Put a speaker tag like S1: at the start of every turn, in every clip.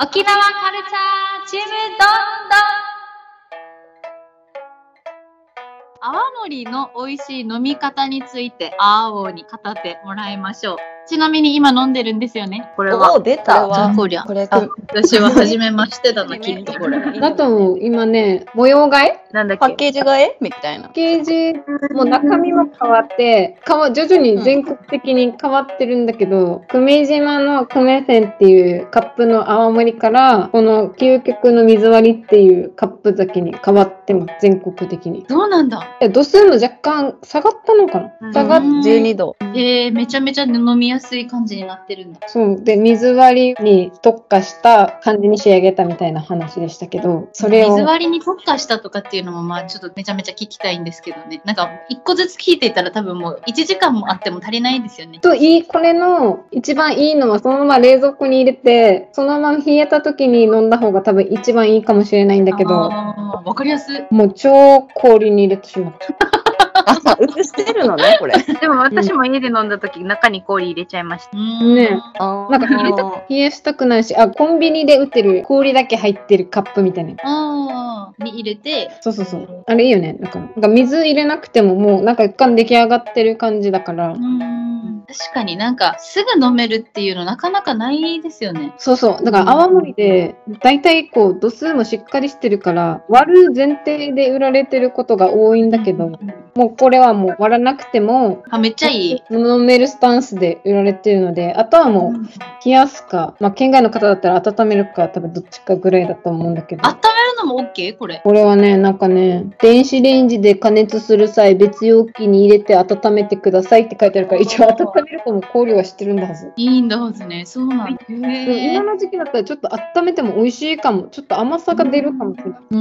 S1: 沖縄カルチャーチームどんどん泡盛の美味しい飲み方についてあーおーに語ってもらいましょうちなみに今飲んでるんですよねこれ
S2: お
S1: は
S2: お、出
S1: これ
S2: た。
S1: はこりゃ
S2: これ、
S1: あ
S2: パ
S1: 私は初めまして だなきっとこれ
S3: だと思う。今ね、模様替え
S1: なんだっ
S2: ッケージ替えみたいな
S3: パッ。ケージも中身も変わって、変わ徐々に全国的に変わってるんだけど、久米島の久米線っていうカップの泡盛から、この究極の水割りっていうカップ酒に変わってます、全国的に。
S1: そうなんだ
S3: え、度数も若干下がったのか
S1: うん
S3: な下がっ
S2: 12度。
S1: えー、めちゃめちゃ飲みやすい感じになってるんだ
S3: そう。で、水割りに特化した感じに仕上げたみたいな話でしたけど、それを
S1: 水。割りに特化したとかっていうのもまあちょっとめちゃめちゃ聞きたいんですけどねなんか一個ずつ聞いていたら多分もう1時間もあっても足りないですよね
S3: といいこれの一番いいのはそのまま冷蔵庫に入れてそのまま冷えた時に飲んだ方が多分一番いいかもしれないんだけど
S1: あーわかりやすい
S3: もう超氷に入れてしまった
S2: あ、映してるの ね、これ。
S4: でも私も家で飲んだ時、中に氷入れちゃいました。
S1: ね
S3: ね
S2: あ
S3: なんか入れた
S2: ー
S3: 冷やしたくないしあコンビニで売ってる氷だけ入ってるカップみたいな
S1: あーに入れて
S3: そうそうそうあれいいよねなんかなんか水入れなくてももうなんか一貫出来上がってる感じだから
S1: うん確かになんかすぐ飲めるっていうのなかなかないですよね
S3: そうそうだから泡盛で大体こう度数もしっかりしてるから割る前提で売られてることが多いんだけど
S1: うん
S3: もうこれはもう割らなくても
S1: あめっちゃいい
S3: 飲めるスタンスで売られてるのであとはもう冷やすか、まあ、県外の方だったら温めるか多分どっちかぐらいだと思うんだけど
S1: 温めるのも OK これ
S3: これはねなんかね電子レンジで加熱する際別容器に入れて温めてくださいって書いてあるから一応温めるかも考慮はしてるんだはず。
S1: いいんだはずねそうなんだ
S3: でも
S1: へ
S3: 今
S1: ー
S3: の時期だったらちょっと温めても美味しいかもちょっと甘さが出るかもしれない、
S1: う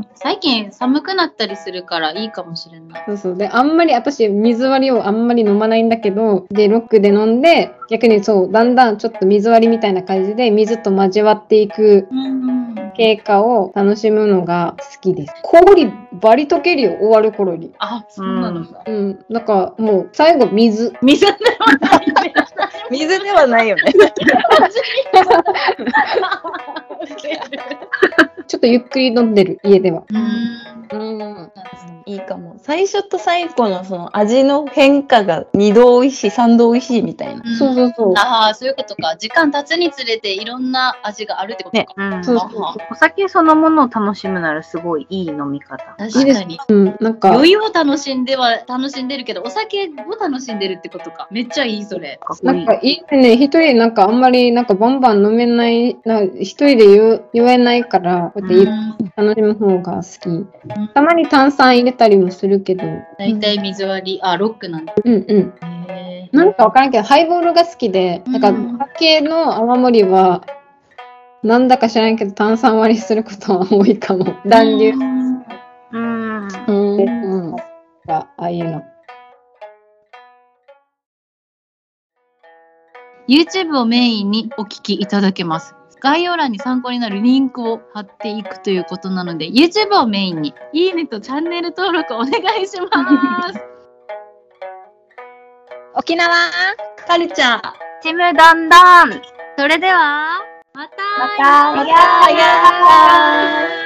S1: ん最近寒くなったりするからいいかもしれない
S3: そうそうであんまり私水割りをあんまり飲まないんだけどでロックで飲んで逆にそうだんだんちょっと水割りみたいな感じで水と交わっていく
S1: うん
S3: 経過を楽しむのが好きです氷バリ溶けるよ終わる頃に
S1: あそうなのか
S3: うんなんかもう最後水
S1: 水ではないね
S2: 水ではないよね。
S3: ちょっとゆっくり飲んでる家では
S1: うん
S2: うん。いいかも。最初と最後のその味の変化が2度美味しい、3度美味しいみたいな。
S3: そうそうそう
S1: ああそういうことか時間経つにつれていろんな味があるってことか、
S4: うん
S3: そう
S1: あは
S4: お酒そのものを楽しむならすごいいい飲み方。
S1: 確か
S3: いいです
S1: に
S3: うんなんか
S1: 酔いを楽しんでは楽しんでるけどお酒を楽しんでるってことかめっちゃいいそれ
S4: かっこ
S3: ないん
S4: い
S3: か。いいね、一人なんかあんまりなんかバンバン飲めない、なんか一人で酔酔えないから、こうやってゆっ楽しむ方が好き。たまに炭酸入れたりもするけど、う
S1: 大体水割りあロックなんだ
S3: んうん。
S1: ね
S3: なんかわからんけど、ハイボールが好きで、なんか
S1: うん
S3: 酒の泡盛は、なんだか知らんけど炭酸割りすることは多いかも。暖流
S1: うん
S4: うん。
S2: うん
S3: うんが、ああいうの。
S1: YouTube をメインにお聞きいただけます概要欄に参考になるリンクを貼っていくということなので YouTube をメインにいいねとチャンネル登録お願いします
S2: 沖縄カルチャー。
S4: ちむどんどん。
S1: それでは
S4: ま
S1: また
S4: た
S2: またやー